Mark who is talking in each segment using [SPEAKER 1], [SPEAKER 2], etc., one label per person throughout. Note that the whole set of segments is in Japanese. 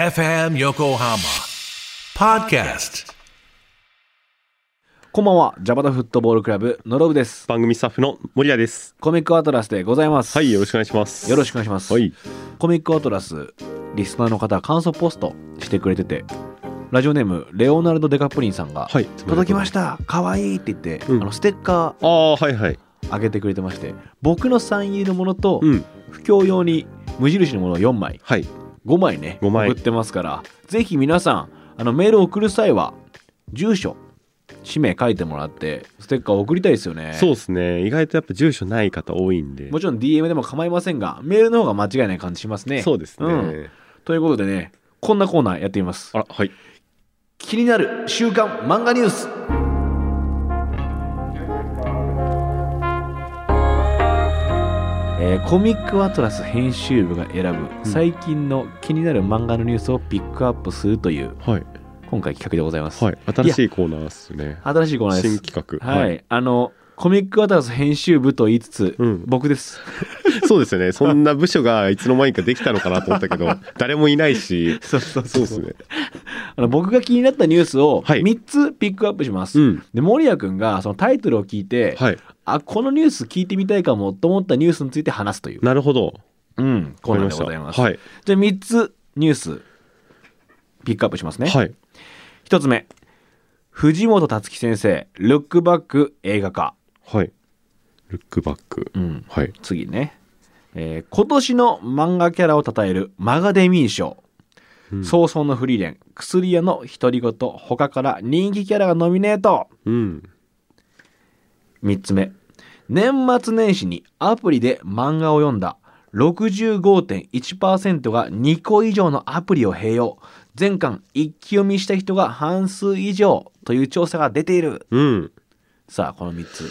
[SPEAKER 1] FM Yokohama Podcast
[SPEAKER 2] こんばんは、ジャパタフットボールクラブのロブです。
[SPEAKER 3] 番組スタッフの森谷です。
[SPEAKER 2] コミックアトラスでございます。
[SPEAKER 3] はい、よろしくお願いします。
[SPEAKER 2] よろしくお願いします。
[SPEAKER 3] はい、
[SPEAKER 2] コミックアトラス、リスナーの方、感想ポストしてくれてて、ラジオネーム、レオナルド・デカプリンさんが、
[SPEAKER 3] はい、。
[SPEAKER 2] 届きましたたかわいいって言って、
[SPEAKER 3] うん
[SPEAKER 2] あのステッカ
[SPEAKER 3] ああ、はいはい。
[SPEAKER 2] ーあげてくれてまして、僕のサイン入りのものと、
[SPEAKER 3] うん、
[SPEAKER 2] 不況用に無印のものを4枚、
[SPEAKER 3] はい、
[SPEAKER 2] 5枚ね、
[SPEAKER 3] 五枚
[SPEAKER 2] 送ってますから、ぜひ皆さん、あのメールを送る際は、住所、氏名書いてもらって、ステッカーを送りたいですよね。
[SPEAKER 3] そうですね。意外とやっぱ住所ない方多いんで。
[SPEAKER 2] もちろん DM でも構いませんが、メールの方が間違いない感じしますね。
[SPEAKER 3] そうですね。
[SPEAKER 2] んということでね、こんなコーナーやってみます
[SPEAKER 3] あ。ら、はい。
[SPEAKER 2] 気になる週刊漫画ニュースえーコミックアトラス編集部が選ぶ最近の気になる漫画のニュースをピックアップするという
[SPEAKER 3] はい。
[SPEAKER 2] 今回企画でございます、
[SPEAKER 3] はい。新しいコーナーですね。
[SPEAKER 2] 新しいコーナーです
[SPEAKER 3] 新企画。
[SPEAKER 2] はい、。あのコミックアトラス編集部と言いつつ、
[SPEAKER 3] うん
[SPEAKER 2] 僕です
[SPEAKER 3] そうですよね。そんな部署がいつの間にかできたのかなと思ったけど、 誰もいないし。
[SPEAKER 2] そうそう
[SPEAKER 3] そうですね。
[SPEAKER 2] あの僕が気になったニュースを
[SPEAKER 3] はい
[SPEAKER 2] 3つピックアップします。
[SPEAKER 3] うん。
[SPEAKER 2] で森谷君がそのタイトルを聞いて、
[SPEAKER 3] はい。
[SPEAKER 2] あこのニュース聞いてみたいかもと思ったニュースについて話すという、
[SPEAKER 3] なるほど。
[SPEAKER 2] うん、コーナーでござ
[SPEAKER 3] わか
[SPEAKER 2] い
[SPEAKER 3] り
[SPEAKER 2] ま。
[SPEAKER 3] ますしたはい。
[SPEAKER 2] じゃあ3つニュースピックアップしますね。
[SPEAKER 3] はい。
[SPEAKER 2] 1つ目藤本辰樹先生「ルックバック映画化
[SPEAKER 3] はい。ルックバック」。
[SPEAKER 2] うん、
[SPEAKER 3] はい。
[SPEAKER 2] 次ね、えー今年の漫画キャラを称えるマガデミー賞
[SPEAKER 3] うん
[SPEAKER 2] 早々のフリーレン薬屋の独り言他から人気キャラがノミネート
[SPEAKER 3] うん。
[SPEAKER 2] 3つ目年末年始にアプリで漫画を読んだ65.1%が2個以上のアプリを併用全巻一気読みした人が半数以上という調査が出ている
[SPEAKER 3] うん。
[SPEAKER 2] さあこの3つ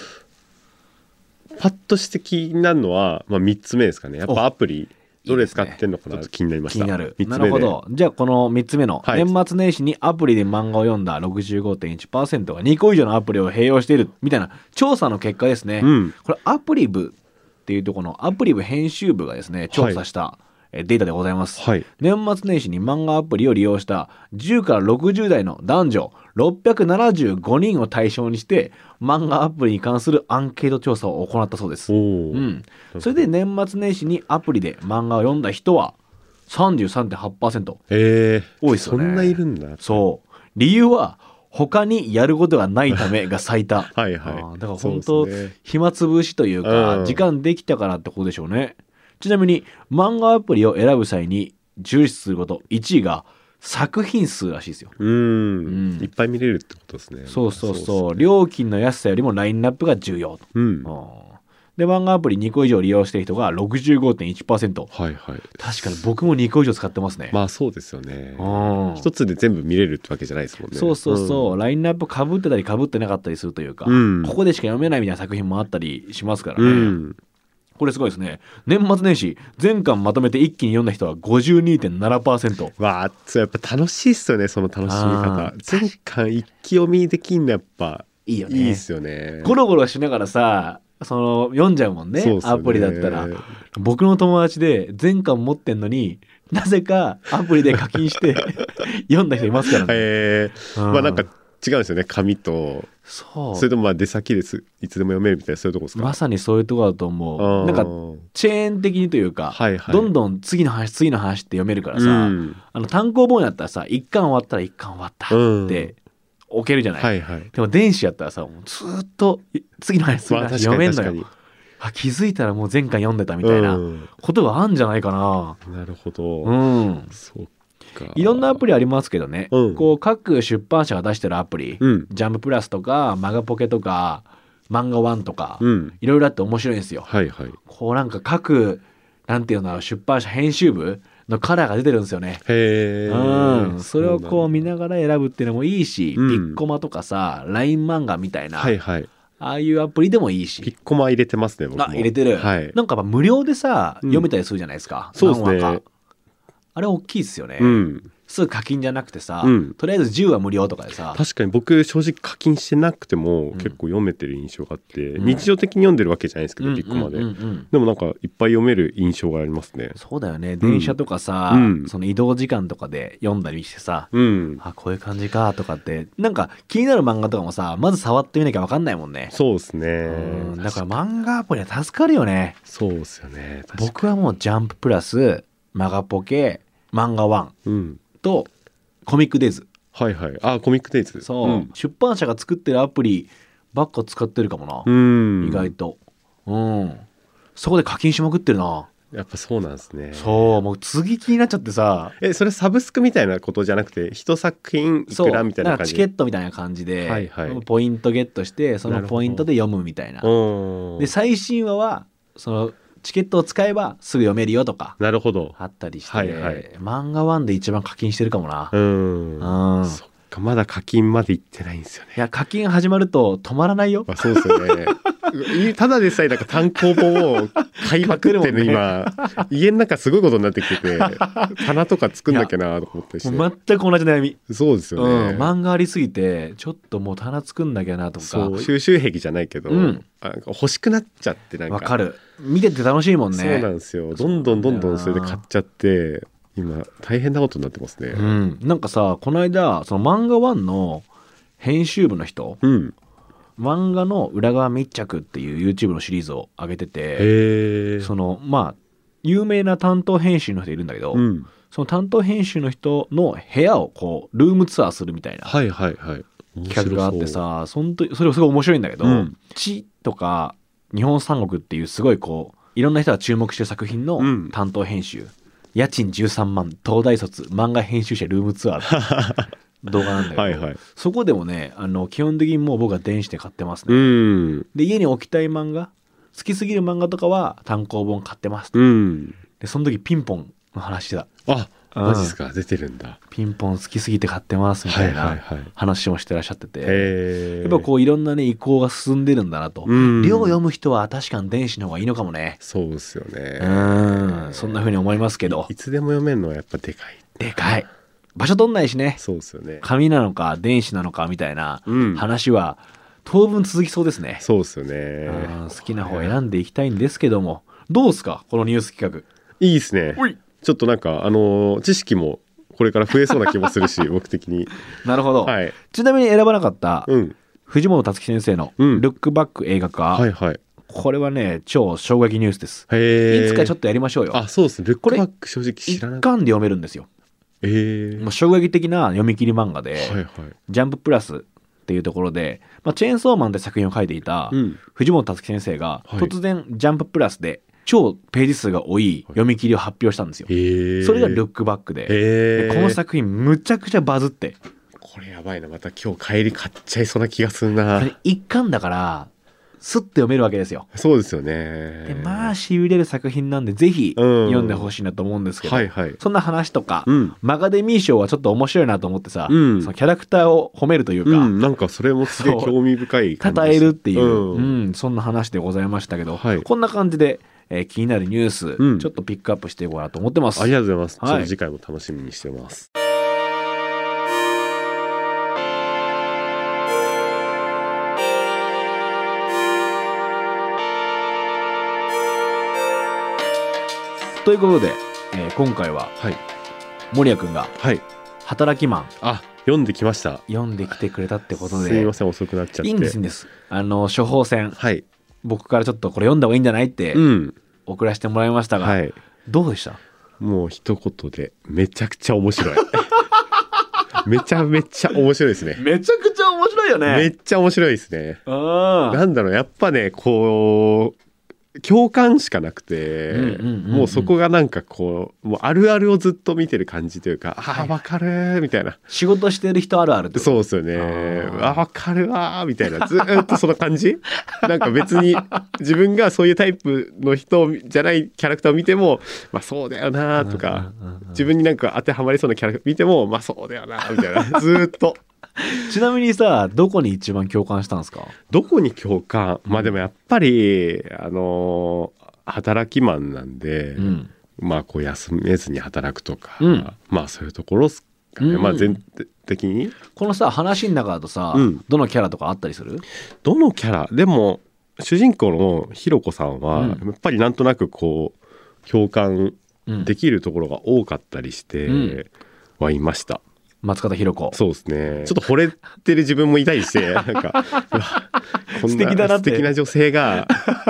[SPEAKER 3] パッとして気になるのは、まあ、3つ目ですかねやっ
[SPEAKER 2] お
[SPEAKER 3] ぱアプリどれ使ってんのか
[SPEAKER 2] いい
[SPEAKER 3] な
[SPEAKER 2] ですね
[SPEAKER 3] 気になりまし
[SPEAKER 2] 気
[SPEAKER 3] た
[SPEAKER 2] になる
[SPEAKER 3] 三つ
[SPEAKER 2] な
[SPEAKER 3] 目で
[SPEAKER 2] るほどじゃあこの3つ目の、
[SPEAKER 3] はい
[SPEAKER 2] 年末年始にアプリで漫画を読んだ65.1%が2個以上のアプリを併用しているみたいな調査の結果ですね、
[SPEAKER 3] うん
[SPEAKER 2] これアプリ部っていうとこのアプリ部編集部がですね調査したえデータでございます、
[SPEAKER 3] はい
[SPEAKER 2] 年末年始に漫画アプリを利用した10から60代の男女675人を対象にして漫画アプリに関するアンケート調査を行ったそうです
[SPEAKER 3] おお、
[SPEAKER 2] うん、それで年末年始にアプリで漫画を読んだ人は33.8%
[SPEAKER 3] えー、
[SPEAKER 2] 多いですよね
[SPEAKER 3] そんないるんだ
[SPEAKER 2] そう理由は他にやることがないためが最 多
[SPEAKER 3] はいはい
[SPEAKER 2] あーだから本当、
[SPEAKER 3] そうですね
[SPEAKER 2] 暇つぶしというか、
[SPEAKER 3] うん
[SPEAKER 2] 時間できたからってことでしょうねちなみに漫画アプリを選ぶ際に重視すること1位が作品数らしいですよ
[SPEAKER 3] う
[SPEAKER 2] うん
[SPEAKER 3] んいっぱい見れるってことですね
[SPEAKER 2] そうそうそう
[SPEAKER 3] う
[SPEAKER 2] 料金の安さよりもラインナップが重要と、
[SPEAKER 3] うん
[SPEAKER 2] う
[SPEAKER 3] は
[SPEAKER 2] んで漫画アプリ2個以上利用してる人が65.1%
[SPEAKER 3] いはい
[SPEAKER 2] 確かに僕も2個以上使ってますね。
[SPEAKER 3] まあそうですよね
[SPEAKER 2] うん
[SPEAKER 3] 一つで全部見れるってわけじゃないですもんね
[SPEAKER 2] そうそうそう、ラインナップかぶってたりかぶってなかったりするというか、
[SPEAKER 3] うん
[SPEAKER 2] ここでしか読めないみたいな作品もあったりしますからね、
[SPEAKER 3] うん、
[SPEAKER 2] これすごいですね年末年始全巻まとめて一気に読んだ人は52.7%
[SPEAKER 3] わあそうやっぱ楽しいっすよねその楽しみ
[SPEAKER 2] あ
[SPEAKER 3] 方全巻一気読みできんのやっぱ
[SPEAKER 2] いい
[SPEAKER 3] い
[SPEAKER 2] よね
[SPEAKER 3] いっすよね
[SPEAKER 2] ゴロゴロしながらさその読んじゃうもんね
[SPEAKER 3] そうっすよ
[SPEAKER 2] ア
[SPEAKER 3] ね
[SPEAKER 2] プリだったら僕の友達で全巻持ってんのになぜかアプリで課金して 読んだ人いますからね、
[SPEAKER 3] えー
[SPEAKER 2] うん
[SPEAKER 3] まあなんか違うんですよね紙と
[SPEAKER 2] そう
[SPEAKER 3] それともまあ出先ですいつでも読めるみたいなそういうとこですか、
[SPEAKER 2] まさにそういうとこだと思う
[SPEAKER 3] あー
[SPEAKER 2] なんかチェーン的にというか、
[SPEAKER 3] はいはい
[SPEAKER 2] どんどん次の話次の話って読めるからさ、
[SPEAKER 3] うん
[SPEAKER 2] あの単行本やったらさ一巻終わったら一巻終わった
[SPEAKER 3] うん
[SPEAKER 2] って置けるじゃない、
[SPEAKER 3] はいはい
[SPEAKER 2] でも電子やったらさもうずーっとい次の話次の
[SPEAKER 3] まあ
[SPEAKER 2] 話
[SPEAKER 3] 確か
[SPEAKER 2] 読め
[SPEAKER 3] に
[SPEAKER 2] んの
[SPEAKER 3] 確
[SPEAKER 2] よ、
[SPEAKER 3] かに
[SPEAKER 2] あ、気づいたらもう前回読んでたみたいな
[SPEAKER 3] うん
[SPEAKER 2] ことがあるんじゃないかな
[SPEAKER 3] なるほど、
[SPEAKER 2] うん、
[SPEAKER 3] そうか
[SPEAKER 2] いろんなアプリありますけどね、
[SPEAKER 3] うん
[SPEAKER 2] こう各出版社が出してるアプリ、
[SPEAKER 3] うん
[SPEAKER 2] ジャンププラスとかマガポケとか漫画ワンとか、
[SPEAKER 3] うん
[SPEAKER 2] いろいろあって面白いんですよ
[SPEAKER 3] はいはい
[SPEAKER 2] こうなんか各なんていうの出版社編集部のカラーが出てるんですよね。
[SPEAKER 3] へえ
[SPEAKER 2] うん、それをこう見ながら選ぶっていうのもいいし、
[SPEAKER 3] うん
[SPEAKER 2] ピッコマとかさ LINE 漫画みたいな、
[SPEAKER 3] はいはい
[SPEAKER 2] ああいうアプリでもいい
[SPEAKER 3] ピ
[SPEAKER 2] し
[SPEAKER 3] ッコマ入れてますね僕も
[SPEAKER 2] あ入れてる、
[SPEAKER 3] はい
[SPEAKER 2] なんかやっぱ無料でさ、
[SPEAKER 3] うん
[SPEAKER 2] 読めたりするじゃないですか
[SPEAKER 3] そうですね
[SPEAKER 2] 何話かあれ大きいっすよね、
[SPEAKER 3] うん
[SPEAKER 2] すぐ課金じゃなくてさ、
[SPEAKER 3] うん
[SPEAKER 2] とりあえず10は無料とかでさ
[SPEAKER 3] 確かに僕正直課金してなくても
[SPEAKER 2] ん
[SPEAKER 3] 結構読めてる印象があって、
[SPEAKER 2] ん
[SPEAKER 3] 日常的に読んでるわけじゃないですけ
[SPEAKER 2] う
[SPEAKER 3] ど
[SPEAKER 2] ん
[SPEAKER 3] ビッグまで、
[SPEAKER 2] うんうんうん
[SPEAKER 3] でもなんかいっぱい読める印象がありますね
[SPEAKER 2] そうだよね電車とかさ、
[SPEAKER 3] うん
[SPEAKER 2] その移動時間とかで読んだりしてさ、
[SPEAKER 3] うん
[SPEAKER 2] あこういう感じかとかってなんか気になる漫画とかもさまず触ってみなきゃ分かんないもんね、
[SPEAKER 3] そうです
[SPEAKER 2] うん
[SPEAKER 3] ね
[SPEAKER 2] だから漫画アプリは助かるよね
[SPEAKER 3] そうですよね確かに
[SPEAKER 2] 僕はもう「ジャンププラス」「マガポケ」「漫画ワン
[SPEAKER 3] うん
[SPEAKER 2] と「コミックデイズ
[SPEAKER 3] はいはいあコミックデイズ
[SPEAKER 2] そう、
[SPEAKER 3] うん
[SPEAKER 2] 出版社が作ってるアプリばっか使ってるかもな、
[SPEAKER 3] うん
[SPEAKER 2] 意外とうんそこで課金しまくってるな
[SPEAKER 3] やっぱそうなんですね
[SPEAKER 2] そうもう次気になっちゃってさ
[SPEAKER 3] えそれサブスクみたいなことじゃなくて一作品い
[SPEAKER 2] そう
[SPEAKER 3] くらみたい
[SPEAKER 2] な
[SPEAKER 3] なん
[SPEAKER 2] か
[SPEAKER 3] 感
[SPEAKER 2] チ
[SPEAKER 3] じ
[SPEAKER 2] ケットみたいな感じで、
[SPEAKER 3] はいはい
[SPEAKER 2] ポイントゲットしてそ
[SPEAKER 3] な
[SPEAKER 2] の
[SPEAKER 3] るほど
[SPEAKER 2] ポイントで読むみたいな
[SPEAKER 3] うん
[SPEAKER 2] で最新話はそのチケットを使えばすぐ読めるよとか
[SPEAKER 3] なるほど
[SPEAKER 2] あったりして、
[SPEAKER 3] はいはい
[SPEAKER 2] 漫画ワンで一番課金してるかもな、
[SPEAKER 3] うん
[SPEAKER 2] うん
[SPEAKER 3] そっかまだ課金まで行ってないんですよね
[SPEAKER 2] いや課金始まると止まらないよ
[SPEAKER 3] まあ、そうですよね。いただでさえなんか単行本を買いまくって
[SPEAKER 2] 買ってるも
[SPEAKER 3] る
[SPEAKER 2] んね
[SPEAKER 3] 今家の中すごいことになってきてて棚とか作んなきゃなとか思ったりして、
[SPEAKER 2] もう全く同じ悩み、
[SPEAKER 3] そうですよ
[SPEAKER 2] う
[SPEAKER 3] ね、
[SPEAKER 2] ん、漫画ありすぎてちょっともう棚作んなきゃなとか
[SPEAKER 3] そう収集癖じゃないけど、
[SPEAKER 2] うん
[SPEAKER 3] あなんか欲しくなっちゃってなんか
[SPEAKER 2] わかる見てて楽しいもんね
[SPEAKER 3] そうなんですよどんどんどんどんそれで買っちゃって今大変なことになってますね
[SPEAKER 2] うん、なんかさこの間その漫画ワンの編集部の人
[SPEAKER 3] うん、
[SPEAKER 2] 漫画の裏側密着っていう YouTube のシリーズを上げてて
[SPEAKER 3] へえ
[SPEAKER 2] そのまあ有名な担当編集の人いるんだけど、
[SPEAKER 3] うん
[SPEAKER 2] その担当編集の人の部屋をこうルームツアーするみたいな
[SPEAKER 3] はいはいはい面白そう
[SPEAKER 2] 企画があってさそんとそれもすごい面白いんだけど「
[SPEAKER 3] うん
[SPEAKER 2] 地」とか「日本三国」っていうすごいこういろんな人が注目してる作品の
[SPEAKER 3] うん
[SPEAKER 2] 担当編集、家賃13万東大卒漫画編集者ルームツアーって いう動画なんだけど
[SPEAKER 3] はいはい
[SPEAKER 2] そこでもねあの基本的にもう僕は電子で買ってます
[SPEAKER 3] う
[SPEAKER 2] ね、
[SPEAKER 3] ん
[SPEAKER 2] で家に置きたい漫画好きすぎる漫画とかは単行本買ってます、
[SPEAKER 3] うん
[SPEAKER 2] でその時ピンポンの話だ
[SPEAKER 3] あ
[SPEAKER 2] うん
[SPEAKER 3] マジですか出てるんだ
[SPEAKER 2] ピンポン好きすぎて買ってますみたい
[SPEAKER 3] はい
[SPEAKER 2] な
[SPEAKER 3] はいはい
[SPEAKER 2] 話もしてらっしゃってて、
[SPEAKER 3] へえ
[SPEAKER 2] やっぱこういろんなね移行が進んでるんだなと、
[SPEAKER 3] うん
[SPEAKER 2] 量を読む人は確かに電子の方がいいのかもね
[SPEAKER 3] そうですよね
[SPEAKER 2] う。んそんな風に思いますけど
[SPEAKER 3] いつでも読めるのはやっぱでかい。
[SPEAKER 2] でかい場所取んないしね
[SPEAKER 3] そうですよね。
[SPEAKER 2] 紙なのか電子なのかみたいな
[SPEAKER 3] うん
[SPEAKER 2] 話は当分続きそうですね、
[SPEAKER 3] そうですよ
[SPEAKER 2] うん
[SPEAKER 3] ね。
[SPEAKER 2] 好きな方を選んでいきたいんですけどもどうですかこのニュース企
[SPEAKER 3] いいですね
[SPEAKER 2] おい。
[SPEAKER 3] ちょっとなんか、あのー知識もこれから増えそうな気もす るし、僕的に。
[SPEAKER 2] 画なるほど、
[SPEAKER 3] はい。
[SPEAKER 2] ちなみに選ばなかった
[SPEAKER 3] うん。
[SPEAKER 2] 藤本つ樹先生の「
[SPEAKER 3] うん
[SPEAKER 2] ルックバック映画化」
[SPEAKER 3] はいはい。
[SPEAKER 2] これはね超衝撃ニュースです
[SPEAKER 3] へえ。
[SPEAKER 2] いつかちょっ
[SPEAKER 3] っ
[SPEAKER 2] とやりましょうよ
[SPEAKER 3] あ、そうですね。ルッ
[SPEAKER 2] こ
[SPEAKER 3] ク
[SPEAKER 2] れ
[SPEAKER 3] バック正直
[SPEAKER 2] 一
[SPEAKER 3] 知ら
[SPEAKER 2] 巻
[SPEAKER 3] な
[SPEAKER 2] で
[SPEAKER 3] かっ
[SPEAKER 2] 読めるんですよ
[SPEAKER 3] た。へえ。
[SPEAKER 2] もう衝撃的な読み切り漫画で、
[SPEAKER 3] はいはい。
[SPEAKER 2] ジャンププラスっていうところで、まあ、チェーンソーマンって作品を書いていた
[SPEAKER 3] うん
[SPEAKER 2] 藤本つ樹先生が、
[SPEAKER 3] はい
[SPEAKER 2] 突然ジャンププラスで超ページ数が多い読み切りを発表したんですよ。
[SPEAKER 3] へえ。
[SPEAKER 2] それがル
[SPEAKER 3] ッ
[SPEAKER 2] ックバックで,、
[SPEAKER 3] へえ。
[SPEAKER 2] でこの作品むちゃくちゃバズって
[SPEAKER 3] これやばいな。また今日帰り買っちゃいそうな気がするな
[SPEAKER 2] そ。れ一巻だからスッて読めるわけですよ。
[SPEAKER 3] そうですよね。
[SPEAKER 2] でまあしびれる作品なんでぜひ
[SPEAKER 3] うん
[SPEAKER 2] 読んでほしいなと思うんですけど、
[SPEAKER 3] はいはい。
[SPEAKER 2] そんな話とか、
[SPEAKER 3] うん
[SPEAKER 2] マガデミー賞はちょっと面白いなと思ってさ、
[SPEAKER 3] うん
[SPEAKER 2] そのキャラクターを褒めるというか、
[SPEAKER 3] うん、なんかそれもすげえ興味深い感じ
[SPEAKER 2] 称えるっていう、
[SPEAKER 3] う
[SPEAKER 2] うんんそんな話でございましたけど、
[SPEAKER 3] はい
[SPEAKER 2] こんな感じで、えー気になるニュース、
[SPEAKER 3] うん
[SPEAKER 2] ちょっとピックアップしていこうかなと思ってます。
[SPEAKER 3] ありがとうございます。
[SPEAKER 2] はい
[SPEAKER 3] ちょっと次回も楽しみにしてます。
[SPEAKER 2] ということで、えー今回は
[SPEAKER 3] はい。
[SPEAKER 2] 守屋君が
[SPEAKER 3] はい。
[SPEAKER 2] 「働きマン
[SPEAKER 3] あ、読んできました」。
[SPEAKER 2] 読んできてくれたってこと
[SPEAKER 3] すみ
[SPEAKER 2] で
[SPEAKER 3] ま。せん、遅くなっちゃって。
[SPEAKER 2] いいんですいいんですあの処方箋
[SPEAKER 3] はい。
[SPEAKER 2] 僕からちょっとこれ読んだ方がいいんじゃないって
[SPEAKER 3] うん。
[SPEAKER 2] 送らせてもらいましたが、
[SPEAKER 3] はい。
[SPEAKER 2] どうでした
[SPEAKER 3] もう一言で、めちゃくちゃ面白い。 めちゃめちゃ面白いですね。
[SPEAKER 2] めちゃくちゃ面白いよ
[SPEAKER 3] めっちゃ面白いですね。
[SPEAKER 2] うん
[SPEAKER 3] なんだろう、やっぱね、こう、共感しかなくて、
[SPEAKER 2] うんうんうんうん
[SPEAKER 3] もうそこがなんかこう、もうあるあるをずっと見てる感じというか、あ
[SPEAKER 2] はい
[SPEAKER 3] あ、わかるー、みたいな。
[SPEAKER 2] 仕事してる人あるあるってこと
[SPEAKER 3] そうですよね。
[SPEAKER 2] あー
[SPEAKER 3] あ、わかるわーみたいな。ずーっとその感じなんか別に自分がそういうタイプの人じゃないキャラクターを見ても、まあそうだよなーとか
[SPEAKER 2] うんうんうんうん、
[SPEAKER 3] 自分になんか当てはまりそうなキャラクター見ても、まあそうだよなーみたいな。ずーっと。
[SPEAKER 2] ちなみにさどこに一番共感したんですか
[SPEAKER 3] どこに共感まあでもやっぱり、あのー働きマンなんで、
[SPEAKER 2] うん
[SPEAKER 3] まあこう休めずに働くとか、
[SPEAKER 2] うん
[SPEAKER 3] まあそういうところっすかね、
[SPEAKER 2] うん
[SPEAKER 3] まあ全体的に
[SPEAKER 2] このさ話の中だとさ、
[SPEAKER 3] うん
[SPEAKER 2] どのキャラとかあったりする
[SPEAKER 3] どのキャラでも主人公のひろこさんは、
[SPEAKER 2] うん
[SPEAKER 3] やっぱりなんとなくこう共感
[SPEAKER 2] うん
[SPEAKER 3] できるところが多かったりして
[SPEAKER 2] うん
[SPEAKER 3] はいました、
[SPEAKER 2] 松方弘子
[SPEAKER 3] そうですねちょっと惚れてる自分もいたりして なんかうわこん
[SPEAKER 2] 素敵だなって
[SPEAKER 3] 素敵な女性が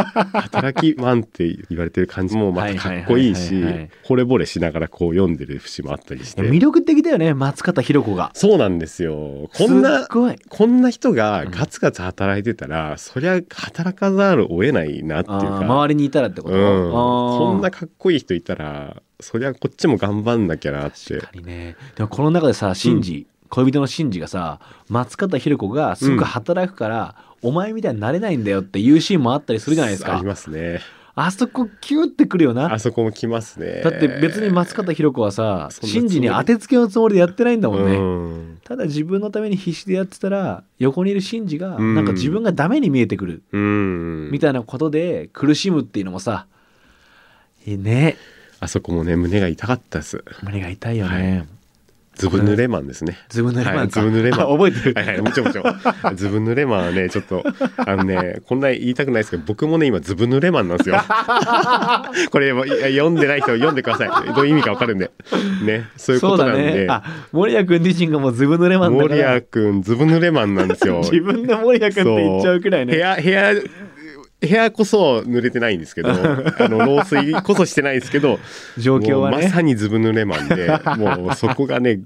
[SPEAKER 3] 働きマンって言われてる感じもまたかっこいいし
[SPEAKER 2] はいはいはいはい
[SPEAKER 3] 惚れ惚れしながらこう読んでる節もあったりして
[SPEAKER 2] 魅力的だよね松方弘子が
[SPEAKER 3] そうなんですよこ
[SPEAKER 2] す
[SPEAKER 3] ん
[SPEAKER 2] っ
[SPEAKER 3] な
[SPEAKER 2] ごい
[SPEAKER 3] こんな人がガツガツ働いてたら、そりゃ働かざるを得ないなっていう
[SPEAKER 2] あー
[SPEAKER 3] か
[SPEAKER 2] 周りにいたらってこ
[SPEAKER 3] うん、
[SPEAKER 2] と、
[SPEAKER 3] こんな
[SPEAKER 2] あー
[SPEAKER 3] かっこいい人いたらそりゃこっちも頑張んなきゃなって
[SPEAKER 2] 確かにねでもこの中でさシンジ、恋人のシンジがさ松方弘子がすごく働くから、お前みたいになれないんだよっていうシーンもあったりするじゃないです
[SPEAKER 3] あ
[SPEAKER 2] か
[SPEAKER 3] りますね
[SPEAKER 2] あそこキューってくるよな
[SPEAKER 3] あそこも来ますね
[SPEAKER 2] だって別に松方弘子はさ
[SPEAKER 3] そんな
[SPEAKER 2] 真
[SPEAKER 3] つもり
[SPEAKER 2] 治に当てつけのつもりでやってないんだもんね、
[SPEAKER 3] うん
[SPEAKER 2] ただ自分のために必死でやってたら横にいる真治が
[SPEAKER 3] うん
[SPEAKER 2] なんか自分がダメに見えてくる
[SPEAKER 3] うん
[SPEAKER 2] みたいなことで苦しむっていうのもさいいね
[SPEAKER 3] あそこもね胸が痛かったです
[SPEAKER 2] 胸が痛いよね、
[SPEAKER 3] ズブ濡れマンですね
[SPEAKER 2] ズブ濡れマンか、
[SPEAKER 3] はいズブ濡れ マン
[SPEAKER 2] あ 覚えてる、
[SPEAKER 3] はいはいもちろんもちろ んズブ濡れマンはねちょっとあのねこんな言いたくないですけど僕もね今ズブ濡れマンなんですよ これもいや読んでない人読んでくださいどういう意味かわかるんでねそういう
[SPEAKER 2] そ
[SPEAKER 3] こ
[SPEAKER 2] う
[SPEAKER 3] と
[SPEAKER 2] だ
[SPEAKER 3] なん
[SPEAKER 2] ね
[SPEAKER 3] で、
[SPEAKER 2] あ森谷君自身がもうズブ濡れマンだ
[SPEAKER 3] モ
[SPEAKER 2] か
[SPEAKER 3] リ
[SPEAKER 2] ら
[SPEAKER 3] ア君ズブ濡れマンなん ですよ
[SPEAKER 2] 自分で森谷君って言っちゃうくらい
[SPEAKER 3] 部
[SPEAKER 2] ね
[SPEAKER 3] 屋部屋部屋こそ濡れてないんですけ どあの漏水こそしてないんですけど
[SPEAKER 2] 状況は
[SPEAKER 3] もうま
[SPEAKER 2] ね
[SPEAKER 3] さにズブ濡れマンでもうそこが ね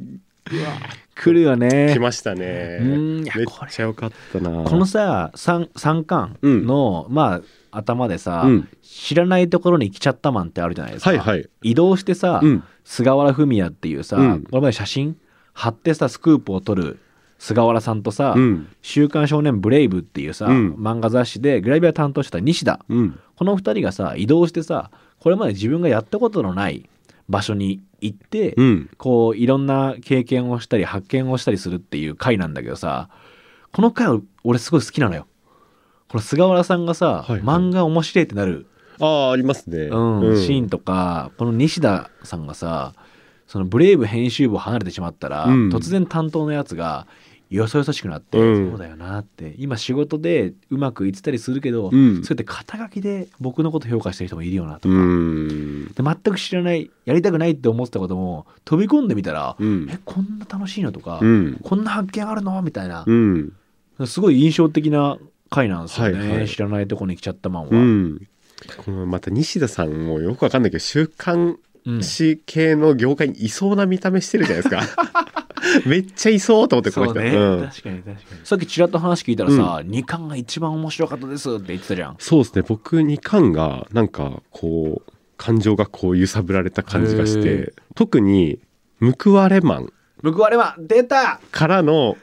[SPEAKER 2] 来るよね
[SPEAKER 3] 来ましたね
[SPEAKER 2] うんい
[SPEAKER 3] めっ
[SPEAKER 2] やこれ
[SPEAKER 3] ちゃ良かったな
[SPEAKER 2] このさ三三巻の、まあ頭でさ、
[SPEAKER 3] うん
[SPEAKER 2] 知らないところに来ちゃったマンってあるじゃないですか、
[SPEAKER 3] はいはい
[SPEAKER 2] 移動してさ、
[SPEAKER 3] うん
[SPEAKER 2] 菅原文也っていうさ、
[SPEAKER 3] うん
[SPEAKER 2] これまで写真貼ってさスクープを撮る菅原さんとさ「
[SPEAKER 3] うん
[SPEAKER 2] 週刊少年ブレイブ」っていうさ、
[SPEAKER 3] うん
[SPEAKER 2] 漫画雑誌でグラビア担当してた西田
[SPEAKER 3] うん
[SPEAKER 2] この2人がさ移動してさこれまで自分がやったことのない場所に行って、
[SPEAKER 3] うん
[SPEAKER 2] こういろんな経験をしたり発見をしたりするっていう回なんだけどさこの回俺すごい好きなのよ。この菅原さんがさ、
[SPEAKER 3] はいはい
[SPEAKER 2] 漫画面白いってなる、
[SPEAKER 3] ああありますね
[SPEAKER 2] うんシーンとかこの西田さんがさそのブレイブ編集部を離れてしまったら、
[SPEAKER 3] うん
[SPEAKER 2] 突然担当のやつがよそよそしくなって、
[SPEAKER 3] うん
[SPEAKER 2] そうだよなって今仕事でうまくいってたりするけど、
[SPEAKER 3] うん
[SPEAKER 2] そうやって肩書きで僕のこと評価してる人もいるよなと
[SPEAKER 3] う
[SPEAKER 2] か、
[SPEAKER 3] ん
[SPEAKER 2] で全く知らないやりたくないって思ってたことも飛び込んでみたら、
[SPEAKER 3] うん
[SPEAKER 2] えこんな楽しいのとか、
[SPEAKER 3] うん
[SPEAKER 2] こんな発見あるのみたいな
[SPEAKER 3] う、ん
[SPEAKER 2] すごい印象的な回なんですよね、
[SPEAKER 3] はいはい
[SPEAKER 2] 知らないとこに来ちゃったマンは。
[SPEAKER 3] うんこのまた西田さんもよくわかんないけど週刊
[SPEAKER 2] うん
[SPEAKER 3] 誌系の業界にいそうな見た目してるじゃないですか めっちゃいそうと思ってこの人うん
[SPEAKER 2] 確かに確かにさっきちらっと話聞いたらさ、二2巻が一番面白かったですって言ってたじゃん
[SPEAKER 3] そうですね僕に巻がなんかこう感情がこう揺さぶられた感じがし
[SPEAKER 2] へ
[SPEAKER 3] て特に「報われマン
[SPEAKER 2] 報われは出た」
[SPEAKER 3] からの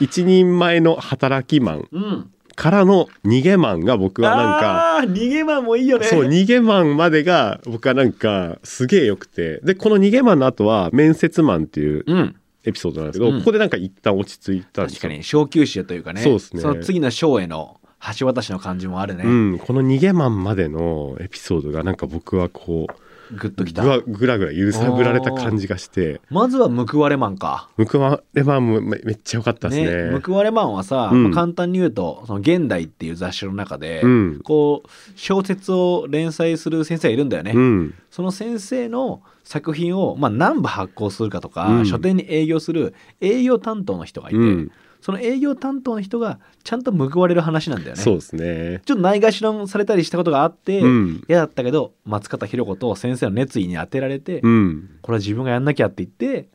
[SPEAKER 3] 一人前の働きマン
[SPEAKER 2] うん
[SPEAKER 3] からの逃げマンが僕はなんか
[SPEAKER 2] あー逃げマンもいいよね
[SPEAKER 3] そう逃げマンまでが僕はなんかすげえよくてでこの逃げマンの後は面接マンっていう
[SPEAKER 2] うん
[SPEAKER 3] エピソードなんですけど、
[SPEAKER 2] うん
[SPEAKER 3] ここでなんか一旦落ち着いたんです
[SPEAKER 2] 確
[SPEAKER 3] よ
[SPEAKER 2] かに小休止というかね
[SPEAKER 3] そうっすね
[SPEAKER 2] の次の章への橋渡しの感じもあるね、
[SPEAKER 3] うん、この逃げマンまでのエピソードがなんか僕はこう
[SPEAKER 2] グッとき
[SPEAKER 3] ぐ
[SPEAKER 2] た
[SPEAKER 3] わぐらぐら揺さぶられた感じがして
[SPEAKER 2] まずは報われマンか
[SPEAKER 3] 報われマンもめめっちゃ良かったですね
[SPEAKER 2] 報われマンはさ、
[SPEAKER 3] うん
[SPEAKER 2] まあ簡単に言うと「その現代」っていう雑誌の中で、
[SPEAKER 3] うん
[SPEAKER 2] こう小説を連載する先生がいるんだよね、
[SPEAKER 3] うん
[SPEAKER 2] その先生の作品を、まあ、何部発行するかとか、
[SPEAKER 3] うん
[SPEAKER 2] 書店に営業する営業担当の人がいて、
[SPEAKER 3] うん
[SPEAKER 2] その営業担当の人がちゃんと報われる話なんだよね。
[SPEAKER 3] そうですね
[SPEAKER 2] ちょっとないがしろにされたりしたことがあって、
[SPEAKER 3] うん
[SPEAKER 2] 嫌だったけど松方弘子と先生の熱意に当てられて、
[SPEAKER 3] うん
[SPEAKER 2] これは自分がやんなきゃって言って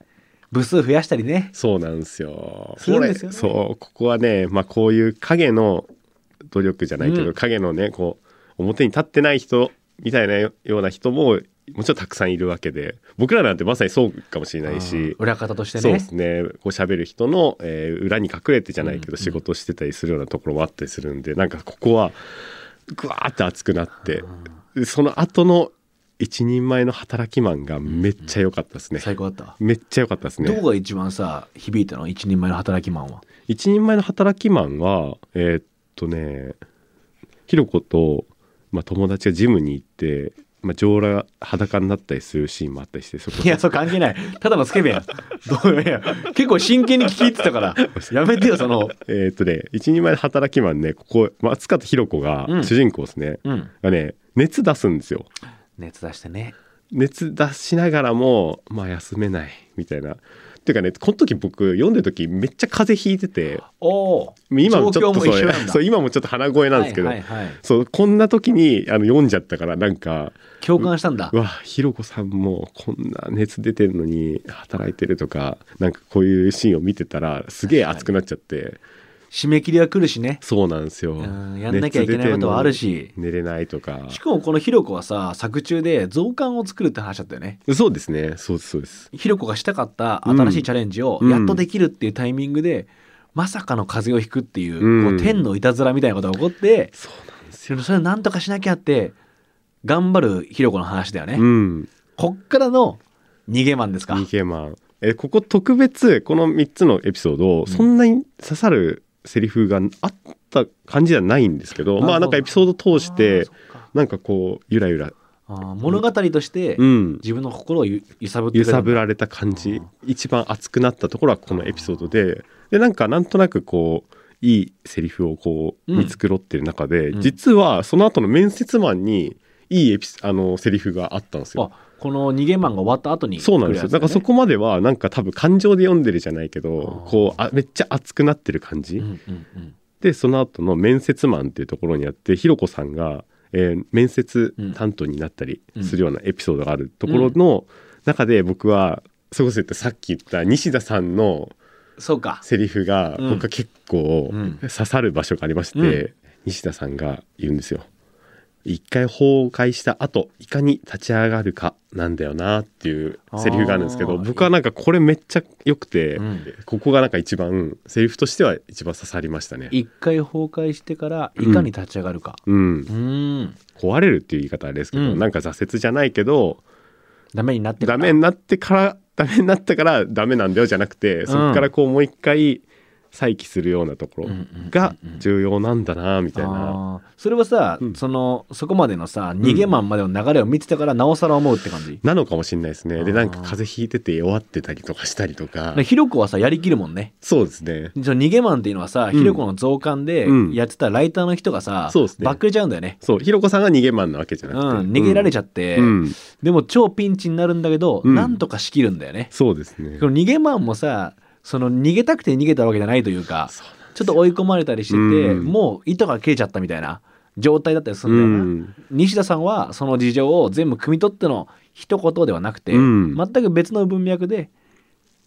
[SPEAKER 2] 部数増やしたりね。
[SPEAKER 3] そうなんですよ
[SPEAKER 2] するんですよね
[SPEAKER 3] これそうここはね、まあ、こういう影の努力じゃないけど、
[SPEAKER 2] うん
[SPEAKER 3] 影のねこう表に立ってない人みたいなような人ももちろんたくさんいるわけで僕らなんてまさにそうかもしれないし
[SPEAKER 2] 裏方として
[SPEAKER 3] そうで
[SPEAKER 2] ね
[SPEAKER 3] すねこう喋る人の、えー裏に隠れてじゃないけ
[SPEAKER 2] うんうん
[SPEAKER 3] ど仕事してたりするようなところもあったりするんで、なんかここはぐわーって熱くなって、でその後の一人前の働きマンがめっちゃ良かったですね、
[SPEAKER 2] 最高だった、
[SPEAKER 3] めっちゃ良かったです
[SPEAKER 2] ど
[SPEAKER 3] ね
[SPEAKER 2] こが一番さ響いたの一人前の働きマ ンは。
[SPEAKER 3] 一人前の働きマンはえーっとねひろこと、まあ、友達がジムに行ってまあ、上裸裸になったりするシーンもあったりしてそこ
[SPEAKER 2] いや、そう関係ない。ただのスケベやん。 どういや、結構真剣に聞いてた から、やめてよ、その。
[SPEAKER 3] えーっとね一人前の働きマンねここ松方弘子が、
[SPEAKER 2] うん
[SPEAKER 3] 主人公ですね、
[SPEAKER 2] うん。
[SPEAKER 3] がね熱出すんですよ
[SPEAKER 2] 熱出してね。
[SPEAKER 3] 熱出しながらもまあ休めないみたいなっていうかねこの時僕読んでる時めっちゃ風邪ひいてて
[SPEAKER 2] おお。
[SPEAKER 3] 今もちょっと
[SPEAKER 2] 状況も
[SPEAKER 3] そ
[SPEAKER 2] 一緒
[SPEAKER 3] う
[SPEAKER 2] なんだ
[SPEAKER 3] そう今もちょっと鼻声なんですけど、
[SPEAKER 2] はいはいはい
[SPEAKER 3] そうこんな時にあの読んじゃったからなんか
[SPEAKER 2] 共感したんだ
[SPEAKER 3] う。わひろこさんもこんな熱出てるのに働いてるとかなんかこういうシーンを見てたらすげえ熱くなっちゃって
[SPEAKER 2] 締め切りは来るしね。
[SPEAKER 3] そうなんですよ
[SPEAKER 2] うんやんなきゃいけないことはあるし
[SPEAKER 3] 熱出てんのに寝れないとか
[SPEAKER 2] しかもこのひろこはさ、作中で増刊を作るって話だったよね。
[SPEAKER 3] そうですねそうですそうです
[SPEAKER 2] ひろこがしたかった新しいチャレンジを
[SPEAKER 3] うん
[SPEAKER 2] やっとできるっていうタイミングで、まさかの風邪をひくっていう,、
[SPEAKER 3] うん
[SPEAKER 2] こう天のいたずらみたいなことが起こって
[SPEAKER 3] そうなんです
[SPEAKER 2] それをなんとかしなきゃって頑張るひろこの話だよね、
[SPEAKER 3] うん
[SPEAKER 2] こっからの逃げマンですか
[SPEAKER 3] 逃げマンえここ特別この3つのエピソードそんなに刺さるセリフがあった感じじゃないんですけ
[SPEAKER 2] な
[SPEAKER 3] ど、
[SPEAKER 2] るほど
[SPEAKER 3] まあなんかエピソード通して
[SPEAKER 2] あ
[SPEAKER 3] なんかこうゆらゆ
[SPEAKER 2] ー
[SPEAKER 3] ら、
[SPEAKER 2] そっかあー物語として
[SPEAKER 3] うん、
[SPEAKER 2] 自分の心をゆ揺さぶって
[SPEAKER 3] 揺
[SPEAKER 2] くれた
[SPEAKER 3] さ
[SPEAKER 2] んだ
[SPEAKER 3] ぶられた感じ一番熱くなったところはこのエピソードででなんかなんとなくこういいセリフをこう
[SPEAKER 2] うん
[SPEAKER 3] 見繕ってる中で、
[SPEAKER 2] うん
[SPEAKER 3] 実はその後の面接マンにいいエピあのセリフがあったんですよ。
[SPEAKER 2] あこの逃げマンが終わった後に
[SPEAKER 3] そうなんです
[SPEAKER 2] 来
[SPEAKER 3] よ。
[SPEAKER 2] るや
[SPEAKER 3] だ
[SPEAKER 2] つだ
[SPEAKER 3] からそこまではなんか多分感情で読んでるじゃないけど
[SPEAKER 2] あー
[SPEAKER 3] こうあめっちゃ熱くなってる感じ、
[SPEAKER 2] ねうんうん
[SPEAKER 3] でその後の面接マンっていうところにあってひろこさんが、えー面接担当になったりするようなエピソードがあるところの中で僕はそれこそ言ったさっき言った西田さんの
[SPEAKER 2] うんそうか
[SPEAKER 3] セリフが
[SPEAKER 2] うん
[SPEAKER 3] 僕は結構
[SPEAKER 2] うん
[SPEAKER 3] 刺さる場所がありまして、
[SPEAKER 2] う
[SPEAKER 3] 西田さんが言うんですよ。一回崩壊した後いかに立ち上がるかなんだよなっていうセリフがあるんですけ
[SPEAKER 2] あー
[SPEAKER 3] ど僕はなんかこれめっちゃ良くて、
[SPEAKER 2] うん
[SPEAKER 3] ここがなんか一番セリフとしては一番刺さりましたね。
[SPEAKER 2] 一回崩壊してからいかに立ち上がるか
[SPEAKER 3] うん
[SPEAKER 2] う、ーん
[SPEAKER 3] 壊れるっていう言い方あれですけど、
[SPEAKER 2] うん
[SPEAKER 3] なんか挫折じゃないけど
[SPEAKER 2] ダメになってか
[SPEAKER 3] ダ
[SPEAKER 2] ら
[SPEAKER 3] メになってから ダメになったからダメなんだよじゃなくて、そこからこうもう一回再起するようなところが重要なんだなみたいな、
[SPEAKER 2] あーそれはさ、
[SPEAKER 3] うん
[SPEAKER 2] そのそこまでのさ逃げマンまでの流れを見てたからなおさら思うって感じ、
[SPEAKER 3] なのかもしれないですねで
[SPEAKER 2] あー
[SPEAKER 3] なんか風邪ひいてて弱ってたりとかしたりとか
[SPEAKER 2] でひろこはさやりきるもんね
[SPEAKER 3] そうですね
[SPEAKER 2] その逃げマンっていうのはさ、ひろこの増刊で
[SPEAKER 3] うん
[SPEAKER 2] やってたライターの人がさ、
[SPEAKER 3] そうですね
[SPEAKER 2] バックれちゃうんだよね
[SPEAKER 3] そうひろこさんが逃げマンなわけじゃ
[SPEAKER 2] う
[SPEAKER 3] なんくて、
[SPEAKER 2] 逃げられちゃって、
[SPEAKER 3] うん
[SPEAKER 2] でも超ピンチになるんだけど、
[SPEAKER 3] うん
[SPEAKER 2] なんとか仕切るんだよね、
[SPEAKER 3] そうですね
[SPEAKER 2] この逃げマンもさその逃げたくて逃げたわけじゃないというか
[SPEAKER 3] そうなん
[SPEAKER 2] ちょっと追い込まれたりしてて、
[SPEAKER 3] うん
[SPEAKER 2] もう糸が切れちゃったみたいな状態だったりするんだ
[SPEAKER 3] う
[SPEAKER 2] よな、
[SPEAKER 3] ん
[SPEAKER 2] 西田さんはその事情を全部汲み取っての一言ではなくて、
[SPEAKER 3] うん
[SPEAKER 2] 全く別の文脈で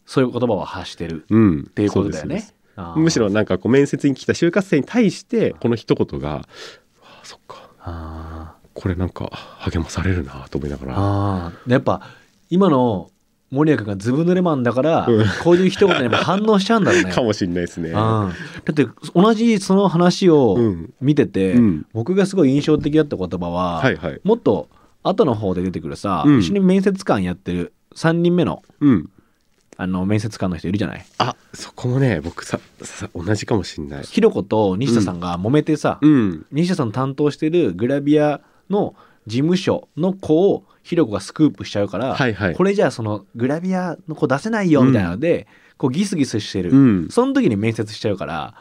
[SPEAKER 2] そういう言葉を発してる
[SPEAKER 3] うん
[SPEAKER 2] っていうことだよね。あー
[SPEAKER 3] むしろなんかこう面接に来た就活生に対してこの一言が「あーそっか
[SPEAKER 2] あー
[SPEAKER 3] これなんか励まされるなと思いながら
[SPEAKER 2] あーやっぱ今の森谷君がずぶ濡れマンだから、
[SPEAKER 3] うん
[SPEAKER 2] こういう一言にも反応しちゃうんだろうね。
[SPEAKER 3] かもしれないですね。
[SPEAKER 2] あーだって同じその話を
[SPEAKER 3] うん
[SPEAKER 2] 見てて、
[SPEAKER 3] うん
[SPEAKER 2] 僕がすごい印象的だった言葉は、
[SPEAKER 3] はいはい。
[SPEAKER 2] もっと後の方で出てくるさ、
[SPEAKER 3] うん
[SPEAKER 2] 一緒に面接官やってる3人目の
[SPEAKER 3] うん。
[SPEAKER 2] あの面接官の人いるじゃない
[SPEAKER 3] あそこもね僕ささ同じかもしれない。
[SPEAKER 2] ひろこと西田さんが揉めてさ、
[SPEAKER 3] うん。
[SPEAKER 2] 西田さんの担当してるグラビアの事務所の子をひろこがスクープしちゃうから、
[SPEAKER 3] はいはい
[SPEAKER 2] これじゃあそのグラビアの子出せないよみたいなので、こうギスギスしてる、
[SPEAKER 3] うん
[SPEAKER 2] その時に面接しちゃうから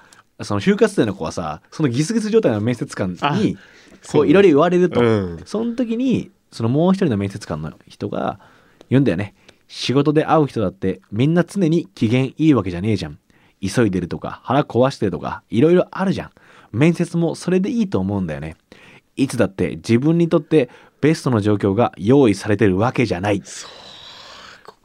[SPEAKER 2] その就活生の子はさそのギスギス状態の面接官
[SPEAKER 3] あ
[SPEAKER 2] に
[SPEAKER 3] そ
[SPEAKER 2] こ
[SPEAKER 3] う
[SPEAKER 2] ういろいろ言われると、
[SPEAKER 3] うん。
[SPEAKER 2] その時にそのもう一人の面接官の人が言うんだよね仕事で会う人だってみんな常に機嫌いいわけじゃねえじゃん急いでるとか腹壊してるとかいろいろあるじゃん面接もそれでいいと思うんだよねいつだって自分にとってベストの状況が用意されてるわけじゃない
[SPEAKER 3] そう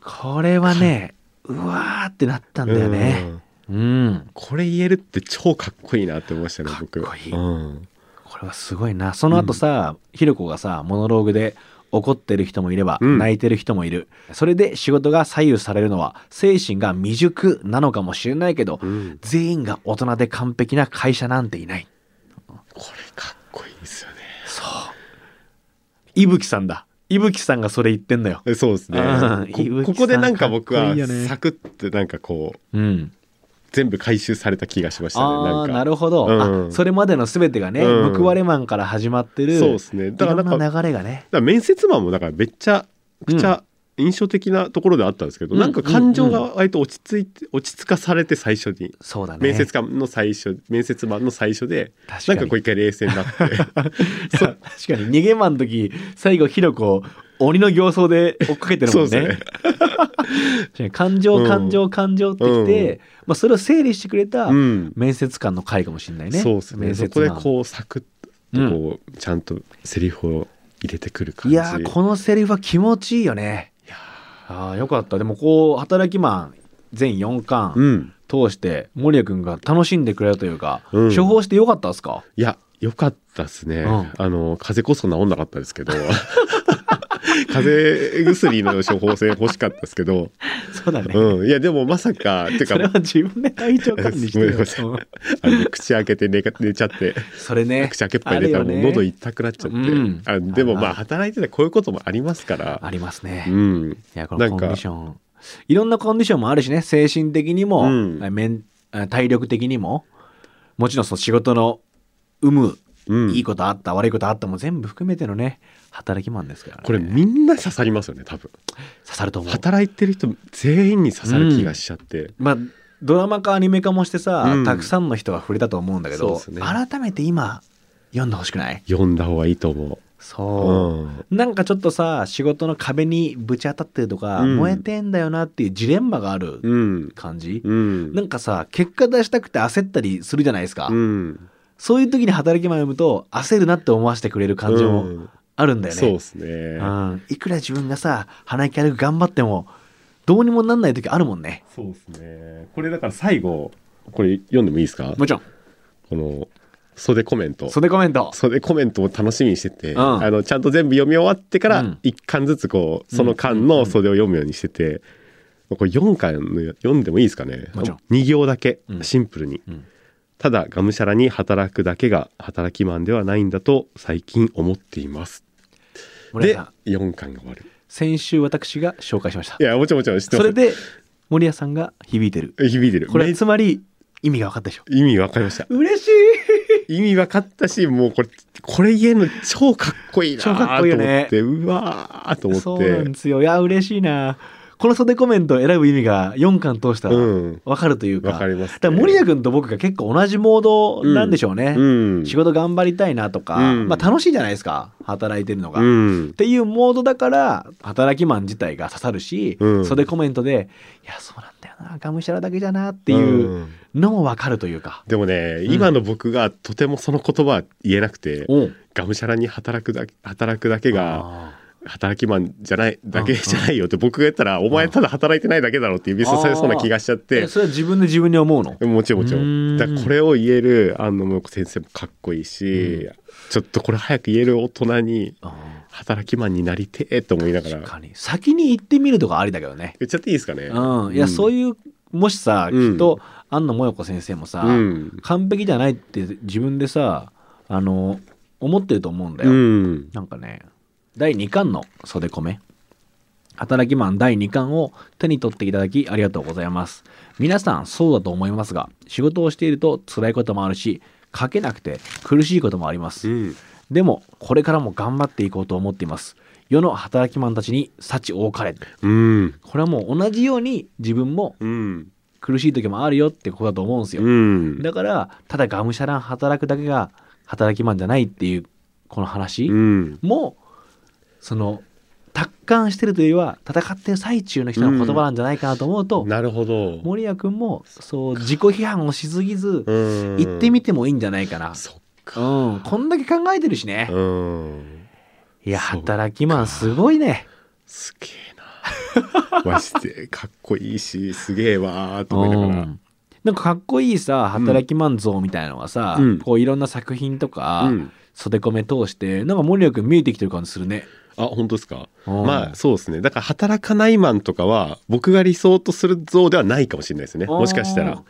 [SPEAKER 2] これはねうわーってなったんだよ
[SPEAKER 3] う
[SPEAKER 2] ね
[SPEAKER 3] ん
[SPEAKER 2] うん
[SPEAKER 3] これ言えるって超かっこいいなって思いましたね僕。
[SPEAKER 2] かっこいい
[SPEAKER 3] うん。
[SPEAKER 2] これはすごいなその後さ、ひろこがさモノローグで怒ってる人もいれば、
[SPEAKER 3] うん
[SPEAKER 2] 泣いてる人もいるそれで仕事が左右されるのは精神が未熟なのかもしれないけど、
[SPEAKER 3] うん
[SPEAKER 2] 全員が大人で完璧な会社なんていない
[SPEAKER 3] これかっこいいですよね。
[SPEAKER 2] そう伊吹さんだ伊吹さんがそれ言ってんだよ
[SPEAKER 3] えそうですね
[SPEAKER 2] あー。
[SPEAKER 3] こ
[SPEAKER 2] 伊吹さん
[SPEAKER 3] ここでなんか僕
[SPEAKER 2] かっ
[SPEAKER 3] は
[SPEAKER 2] こいいよね
[SPEAKER 3] サクってなんかこう
[SPEAKER 2] うん
[SPEAKER 3] 全部回収された気がしましたね
[SPEAKER 2] あ
[SPEAKER 3] な
[SPEAKER 2] あ
[SPEAKER 3] んか
[SPEAKER 2] なるほど、
[SPEAKER 3] うん
[SPEAKER 2] あそれまでの全てがね、
[SPEAKER 3] うん
[SPEAKER 2] 報われマンから始まってる
[SPEAKER 3] そうですねだからなんか
[SPEAKER 2] いろんな流れがね
[SPEAKER 3] だから面接マンもだからめっちゃくちゃ印象的なところではあったんですけど、
[SPEAKER 2] うん
[SPEAKER 3] なんか感情が割と落ち着いて、落ち着かされて最初に、
[SPEAKER 2] そうだね
[SPEAKER 3] 面接官の最初面接マンの最初で
[SPEAKER 2] 確か
[SPEAKER 3] なん
[SPEAKER 2] に
[SPEAKER 3] かこう一回冷静になって
[SPEAKER 2] そう確かに逃げマンの時最後ひろこ鬼の形相で追っかけてるもん
[SPEAKER 3] そうで
[SPEAKER 2] ね確かに感情
[SPEAKER 3] うん
[SPEAKER 2] 感情感情ってきて、まあ、それを整理してくれた
[SPEAKER 3] うん
[SPEAKER 2] 面接官の回かもしれないね、
[SPEAKER 3] そうですね
[SPEAKER 2] 面接
[SPEAKER 3] そこで
[SPEAKER 2] マン
[SPEAKER 3] こうサクッとこう、ちゃんとセリフを入れてくる感
[SPEAKER 2] い
[SPEAKER 3] じ
[SPEAKER 2] やーこのセリフは気持ちいいよね
[SPEAKER 3] いや
[SPEAKER 2] あーよかったでもこう働きマン全4巻、
[SPEAKER 3] うん
[SPEAKER 2] 通して守屋君が楽しんでくれたというか、
[SPEAKER 3] うん
[SPEAKER 2] 処方してよかったですか
[SPEAKER 3] いやよかったですね、
[SPEAKER 2] うん
[SPEAKER 3] あの風邪こそ治んなかったですけど 風邪薬の処方箋欲しかったですけど、
[SPEAKER 2] そうだね、
[SPEAKER 3] うん、いやでもまさかて
[SPEAKER 2] それ
[SPEAKER 3] か
[SPEAKER 2] は自分で体調管理して
[SPEAKER 3] ごめん なさい
[SPEAKER 2] ようん
[SPEAKER 3] あの口開けて寝か寝ちゃって
[SPEAKER 2] それね
[SPEAKER 3] 口開けっぱい寝たら
[SPEAKER 2] ある
[SPEAKER 3] も
[SPEAKER 2] よ
[SPEAKER 3] う
[SPEAKER 2] ね
[SPEAKER 3] 喉痛くなっちゃって、
[SPEAKER 2] うん
[SPEAKER 3] あでもま
[SPEAKER 2] あ
[SPEAKER 3] あ働いててこういうこともありますから
[SPEAKER 2] ありますね、
[SPEAKER 3] う
[SPEAKER 2] い
[SPEAKER 3] ん
[SPEAKER 2] やこの
[SPEAKER 3] な
[SPEAKER 2] コ
[SPEAKER 3] ん
[SPEAKER 2] ン
[SPEAKER 3] か
[SPEAKER 2] ディションいろんなコンディションもあるしね精神的にも、
[SPEAKER 3] うん
[SPEAKER 2] 面体力的にももちろんその仕事の有無、
[SPEAKER 3] うん
[SPEAKER 2] いいことあった悪いことあったも全部含めてのね働きマンですから、ね、
[SPEAKER 3] これみんな刺さりますよね多分
[SPEAKER 2] 刺さると思う
[SPEAKER 3] 働いてる人全員に刺さる気がしちゃって、
[SPEAKER 2] まあドラマかアニメ化もしてさ、
[SPEAKER 3] うん
[SPEAKER 2] たくさんの人が触れたと思うんだけ
[SPEAKER 3] そう
[SPEAKER 2] ど、
[SPEAKER 3] ですね
[SPEAKER 2] 改めて今読んでほしくない
[SPEAKER 3] 読んだ方がいいと思う、
[SPEAKER 2] そう、
[SPEAKER 3] うん、
[SPEAKER 2] なんかちょっとさ仕事の壁にぶち当たってるとか、
[SPEAKER 3] うん
[SPEAKER 2] 燃えてんだよなっていうジレンマがある
[SPEAKER 3] うん
[SPEAKER 2] 感じ、
[SPEAKER 3] うん
[SPEAKER 2] なんかさ結果出したくて焦ったりするじゃないですか、
[SPEAKER 3] うん
[SPEAKER 2] そういう時に働き前を読むと焦るなって思わせてくれる感じ
[SPEAKER 3] う
[SPEAKER 2] も
[SPEAKER 3] ん
[SPEAKER 2] あるんだよね、
[SPEAKER 3] そうですね
[SPEAKER 2] うんいくら自分がさ鼻息荒く頑張ってもどうにもなんない時あるもんね
[SPEAKER 3] そうですねこれだから最後これ読んでもいいですか
[SPEAKER 2] もちろん
[SPEAKER 3] この袖コメント
[SPEAKER 2] 袖コメント
[SPEAKER 3] それコメントを楽しみにしてて、
[SPEAKER 2] ん
[SPEAKER 3] あのちゃんと全部読み終わってか
[SPEAKER 2] う
[SPEAKER 3] ら
[SPEAKER 2] ん
[SPEAKER 3] 一巻ずつこうその巻の袖を読むようにしてて、これ4巻の読んでもいいですかね
[SPEAKER 2] もちろん
[SPEAKER 3] 2行だけ
[SPEAKER 2] うん
[SPEAKER 3] シンプルに、
[SPEAKER 2] うん
[SPEAKER 3] ただがむしゃらに働くだけが働きマンではないんだと最近思っています
[SPEAKER 2] 森谷
[SPEAKER 3] で
[SPEAKER 2] さん
[SPEAKER 3] 4巻が終わる
[SPEAKER 2] 先週私が紹介しました
[SPEAKER 3] いやもちろんもちろん知って
[SPEAKER 2] そ
[SPEAKER 3] ます
[SPEAKER 2] れで森谷さんが響いてる
[SPEAKER 3] 響いてる
[SPEAKER 2] これ
[SPEAKER 3] め
[SPEAKER 2] つまり意味が分かったでしょ
[SPEAKER 3] 意味分かりました
[SPEAKER 2] 嬉しい
[SPEAKER 3] 意味分かったしもうこれこれ言えるの超かっこいいなと
[SPEAKER 2] 超
[SPEAKER 3] 思
[SPEAKER 2] かっこいいよね
[SPEAKER 3] ってうわーと思っ て
[SPEAKER 2] そうなんですよいや嬉しいなこの袖コメントを選ぶ意味が4巻通したら
[SPEAKER 3] うん
[SPEAKER 2] 分かるというか,、
[SPEAKER 3] わかりますね
[SPEAKER 2] だから森谷君と僕が結構同じモードなんでしょうね、
[SPEAKER 3] うん
[SPEAKER 2] 仕事頑張りたいなとか、
[SPEAKER 3] うん
[SPEAKER 2] まあ、楽しいじゃないですか働いてるのが、
[SPEAKER 3] う
[SPEAKER 2] っ
[SPEAKER 3] ん
[SPEAKER 2] ていうモードだから働きマン自体が刺さるし、
[SPEAKER 3] うん
[SPEAKER 2] 袖コメントで「いやそうなんだよながむしゃらだけじゃな」っていう
[SPEAKER 3] うん
[SPEAKER 2] のも分かるというか、
[SPEAKER 3] でもね、今の僕がとてもその言葉は言えなくて、
[SPEAKER 2] おう
[SPEAKER 3] がむしゃらに働くだけ働くだけが
[SPEAKER 2] あー
[SPEAKER 3] 働きマンじゃないだけじゃないよって僕が言ったら、お前ただ働いてないだけだろって指さされそうな気がしちゃっ
[SPEAKER 2] え
[SPEAKER 3] て、
[SPEAKER 2] それは自分で自分に思うの
[SPEAKER 3] もちろんもちろ
[SPEAKER 2] うんん
[SPEAKER 3] だからこれを言えるあの先生もかっこいいし、ちょっとこれ早く言える大人に働きマンになりてえと思いながら
[SPEAKER 2] 確かに先に行ってみるとかありだけどね
[SPEAKER 3] 言っちゃっていいですかね、
[SPEAKER 2] うんいやそう
[SPEAKER 3] い
[SPEAKER 2] いうもしさ
[SPEAKER 3] うん
[SPEAKER 2] きっと安野もよこ先生もさ、
[SPEAKER 3] うん
[SPEAKER 2] 完璧じゃないって自分でさあの思ってると思うんだ
[SPEAKER 3] う
[SPEAKER 2] よ、
[SPEAKER 3] ん
[SPEAKER 2] なんかね第2巻の袖米働きマン第2巻を手に取っていただきありがとうございます皆さんそうだと思いますが仕事をしていると辛いこともあるし書けなくて苦しいこともあります、
[SPEAKER 3] うん
[SPEAKER 2] でもこれからも頑張っていこうと思っています世の働きマンたちに幸多かれ
[SPEAKER 3] うん
[SPEAKER 2] これはもう同じように自分も
[SPEAKER 3] うん
[SPEAKER 2] 苦しい時もあるよってことだと思うんですよ
[SPEAKER 3] うん
[SPEAKER 2] だからただがむしゃらん働くだけが働きマンじゃないっていうこの話
[SPEAKER 3] うん
[SPEAKER 2] もその達観してるというよりは戦ってる最中の人の言葉なんじゃないかなと思うと
[SPEAKER 3] なるほど
[SPEAKER 2] 森谷君もそう自己批判をしすぎず
[SPEAKER 3] 行
[SPEAKER 2] 言ってみてもいいんじゃないかな
[SPEAKER 3] そっか
[SPEAKER 2] うんこんだけ考えてるしね
[SPEAKER 3] うん
[SPEAKER 2] いや
[SPEAKER 3] そう
[SPEAKER 2] 働きマンすごいね
[SPEAKER 3] すげえな マジでかっこいいしすげえわーと思いなが
[SPEAKER 2] う
[SPEAKER 3] ら
[SPEAKER 2] んなんかかっこいいさ働きマン像みたいなのがさ、
[SPEAKER 3] うん
[SPEAKER 2] こういろんな作品とか、
[SPEAKER 3] うん
[SPEAKER 2] 袖込め通してなんか森谷君見えてきてる感じするね
[SPEAKER 3] あ本当ですか
[SPEAKER 2] うん
[SPEAKER 3] まあそうですねだから働かないマンとかは僕が理想とする像ではないかもしれないですねもしかした
[SPEAKER 2] あ
[SPEAKER 3] ら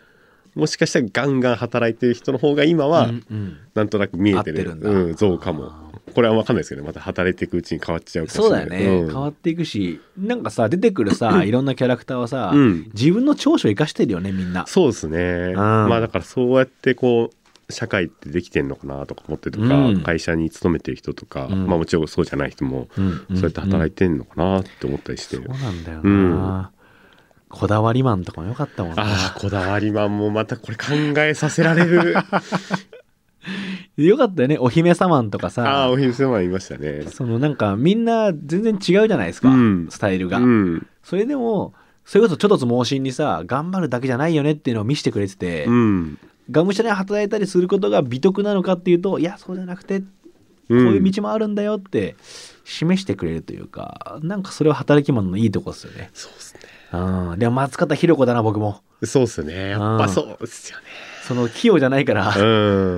[SPEAKER 3] もしかしたらガンガン働いてる人の方が今は
[SPEAKER 2] うんうん
[SPEAKER 3] なんとなく見えて
[SPEAKER 2] 合って
[SPEAKER 3] る
[SPEAKER 2] るんだ
[SPEAKER 3] うん像かも
[SPEAKER 2] あー
[SPEAKER 3] これは分かんないですけどねまた働いていくうちに変わっちゃうかもし
[SPEAKER 2] そう
[SPEAKER 3] れ
[SPEAKER 2] だ
[SPEAKER 3] ない
[SPEAKER 2] よね、
[SPEAKER 3] うん
[SPEAKER 2] 変わっていくしなんかさ出てくるさいろんなキャラクターはさ、
[SPEAKER 3] うん
[SPEAKER 2] 自分の長所生かしてるよねみんな
[SPEAKER 3] そうですね。まあだからそうやってこう社会ってできてんのかなとか思ってとか、
[SPEAKER 2] うん
[SPEAKER 3] 会社に勤めてる人とか、
[SPEAKER 2] うん
[SPEAKER 3] まあもちろんそうじゃない人も、
[SPEAKER 2] うん
[SPEAKER 3] そうやって働い
[SPEAKER 2] て、
[SPEAKER 3] てんのかなって思ったりして。
[SPEAKER 2] うんそうなんだよな、こだわりマンとかもよかったもんな
[SPEAKER 3] ああこだわりマンもまたこれ考えさせられ るあ
[SPEAKER 2] よかったよねお姫様んとか
[SPEAKER 3] あ
[SPEAKER 2] さ
[SPEAKER 3] お姫様いましたね
[SPEAKER 2] そのなんかみんな全然違うじゃないですか、
[SPEAKER 3] うん
[SPEAKER 2] スタイル
[SPEAKER 3] う
[SPEAKER 2] が、
[SPEAKER 3] ん
[SPEAKER 2] それでもそれこそちょっとつ盲信にさ頑張るだけじゃないよねっていうのを見せてくれてて、
[SPEAKER 3] うん
[SPEAKER 2] がむしゃらに働いたりすることが美徳なのかっていうといやそうじゃなくてこう
[SPEAKER 3] うん
[SPEAKER 2] いう道もあるんだよって示してくれるというか、なんかそれは働き者のいいとこっすよね。
[SPEAKER 3] そうっすね
[SPEAKER 2] うん、でも松方弘子だな僕も
[SPEAKER 3] そうっすねやっぱそうっすよね
[SPEAKER 2] その器用じゃないから、
[SPEAKER 3] う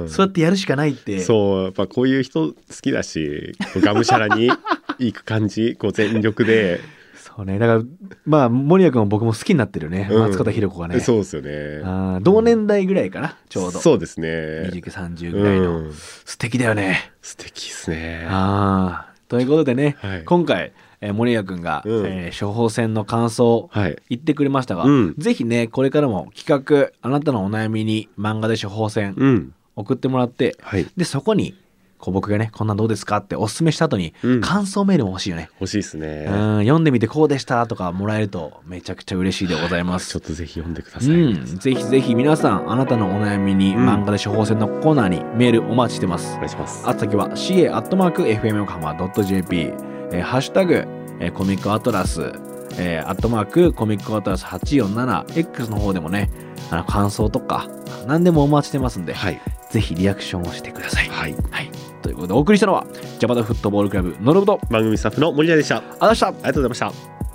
[SPEAKER 3] ん
[SPEAKER 2] そうやってやるしかないって
[SPEAKER 3] そうやっぱこういう人好きだしこうがむしゃらに行く感じこう全力で、
[SPEAKER 2] そうねだからまあ森谷君も僕も好きになってるよね、
[SPEAKER 3] うん
[SPEAKER 2] 松方弘子がね
[SPEAKER 3] そうっすよね
[SPEAKER 2] あー同年代ぐらいかなちょうど
[SPEAKER 3] そうですね
[SPEAKER 2] 2930ぐらいの、
[SPEAKER 3] うん
[SPEAKER 2] 素敵だよね
[SPEAKER 3] 素敵ですね
[SPEAKER 2] あーということでね、
[SPEAKER 3] はい
[SPEAKER 2] 今回、えー、森谷君が、
[SPEAKER 3] うん
[SPEAKER 2] えー処方箋の感想
[SPEAKER 3] はい
[SPEAKER 2] 言ってくれましたが、
[SPEAKER 3] うん
[SPEAKER 2] ぜひねこれからも企画あなたのお悩みに漫画で処方箋
[SPEAKER 3] うん
[SPEAKER 2] 送ってもらって、
[SPEAKER 3] はい
[SPEAKER 2] でそこにこう僕がねこんなんどうですかっておすすめした後に、
[SPEAKER 3] うん
[SPEAKER 2] 感想メールも欲しいよね、
[SPEAKER 3] 欲しいですね
[SPEAKER 2] うん読んでみてこうでしたとかもらえるとめちゃくちゃ嬉しいでございます
[SPEAKER 3] ちょっとぜひ読んでください、
[SPEAKER 2] うん、ぜひぜひ皆さんあなたのお悩みに
[SPEAKER 3] うん
[SPEAKER 2] 漫画で処方箋のコーナーにメールお待ちしてます
[SPEAKER 3] お、願いします
[SPEAKER 2] あつ先は ca.fmyokohama.jp、えーハッシュタグ、えーコミックアトラス、えーアットマークコミックアトラス 847X の方でもねあの感想とか何でもお待ちしてますんで、
[SPEAKER 3] はい
[SPEAKER 2] ぜひリアクションをしてください、
[SPEAKER 3] はい
[SPEAKER 2] はい、ということでお送りしたのはジャパタフットボールクラブのロブと
[SPEAKER 3] 番組スタッフの森田でしたあり
[SPEAKER 2] あざした
[SPEAKER 3] がとうございました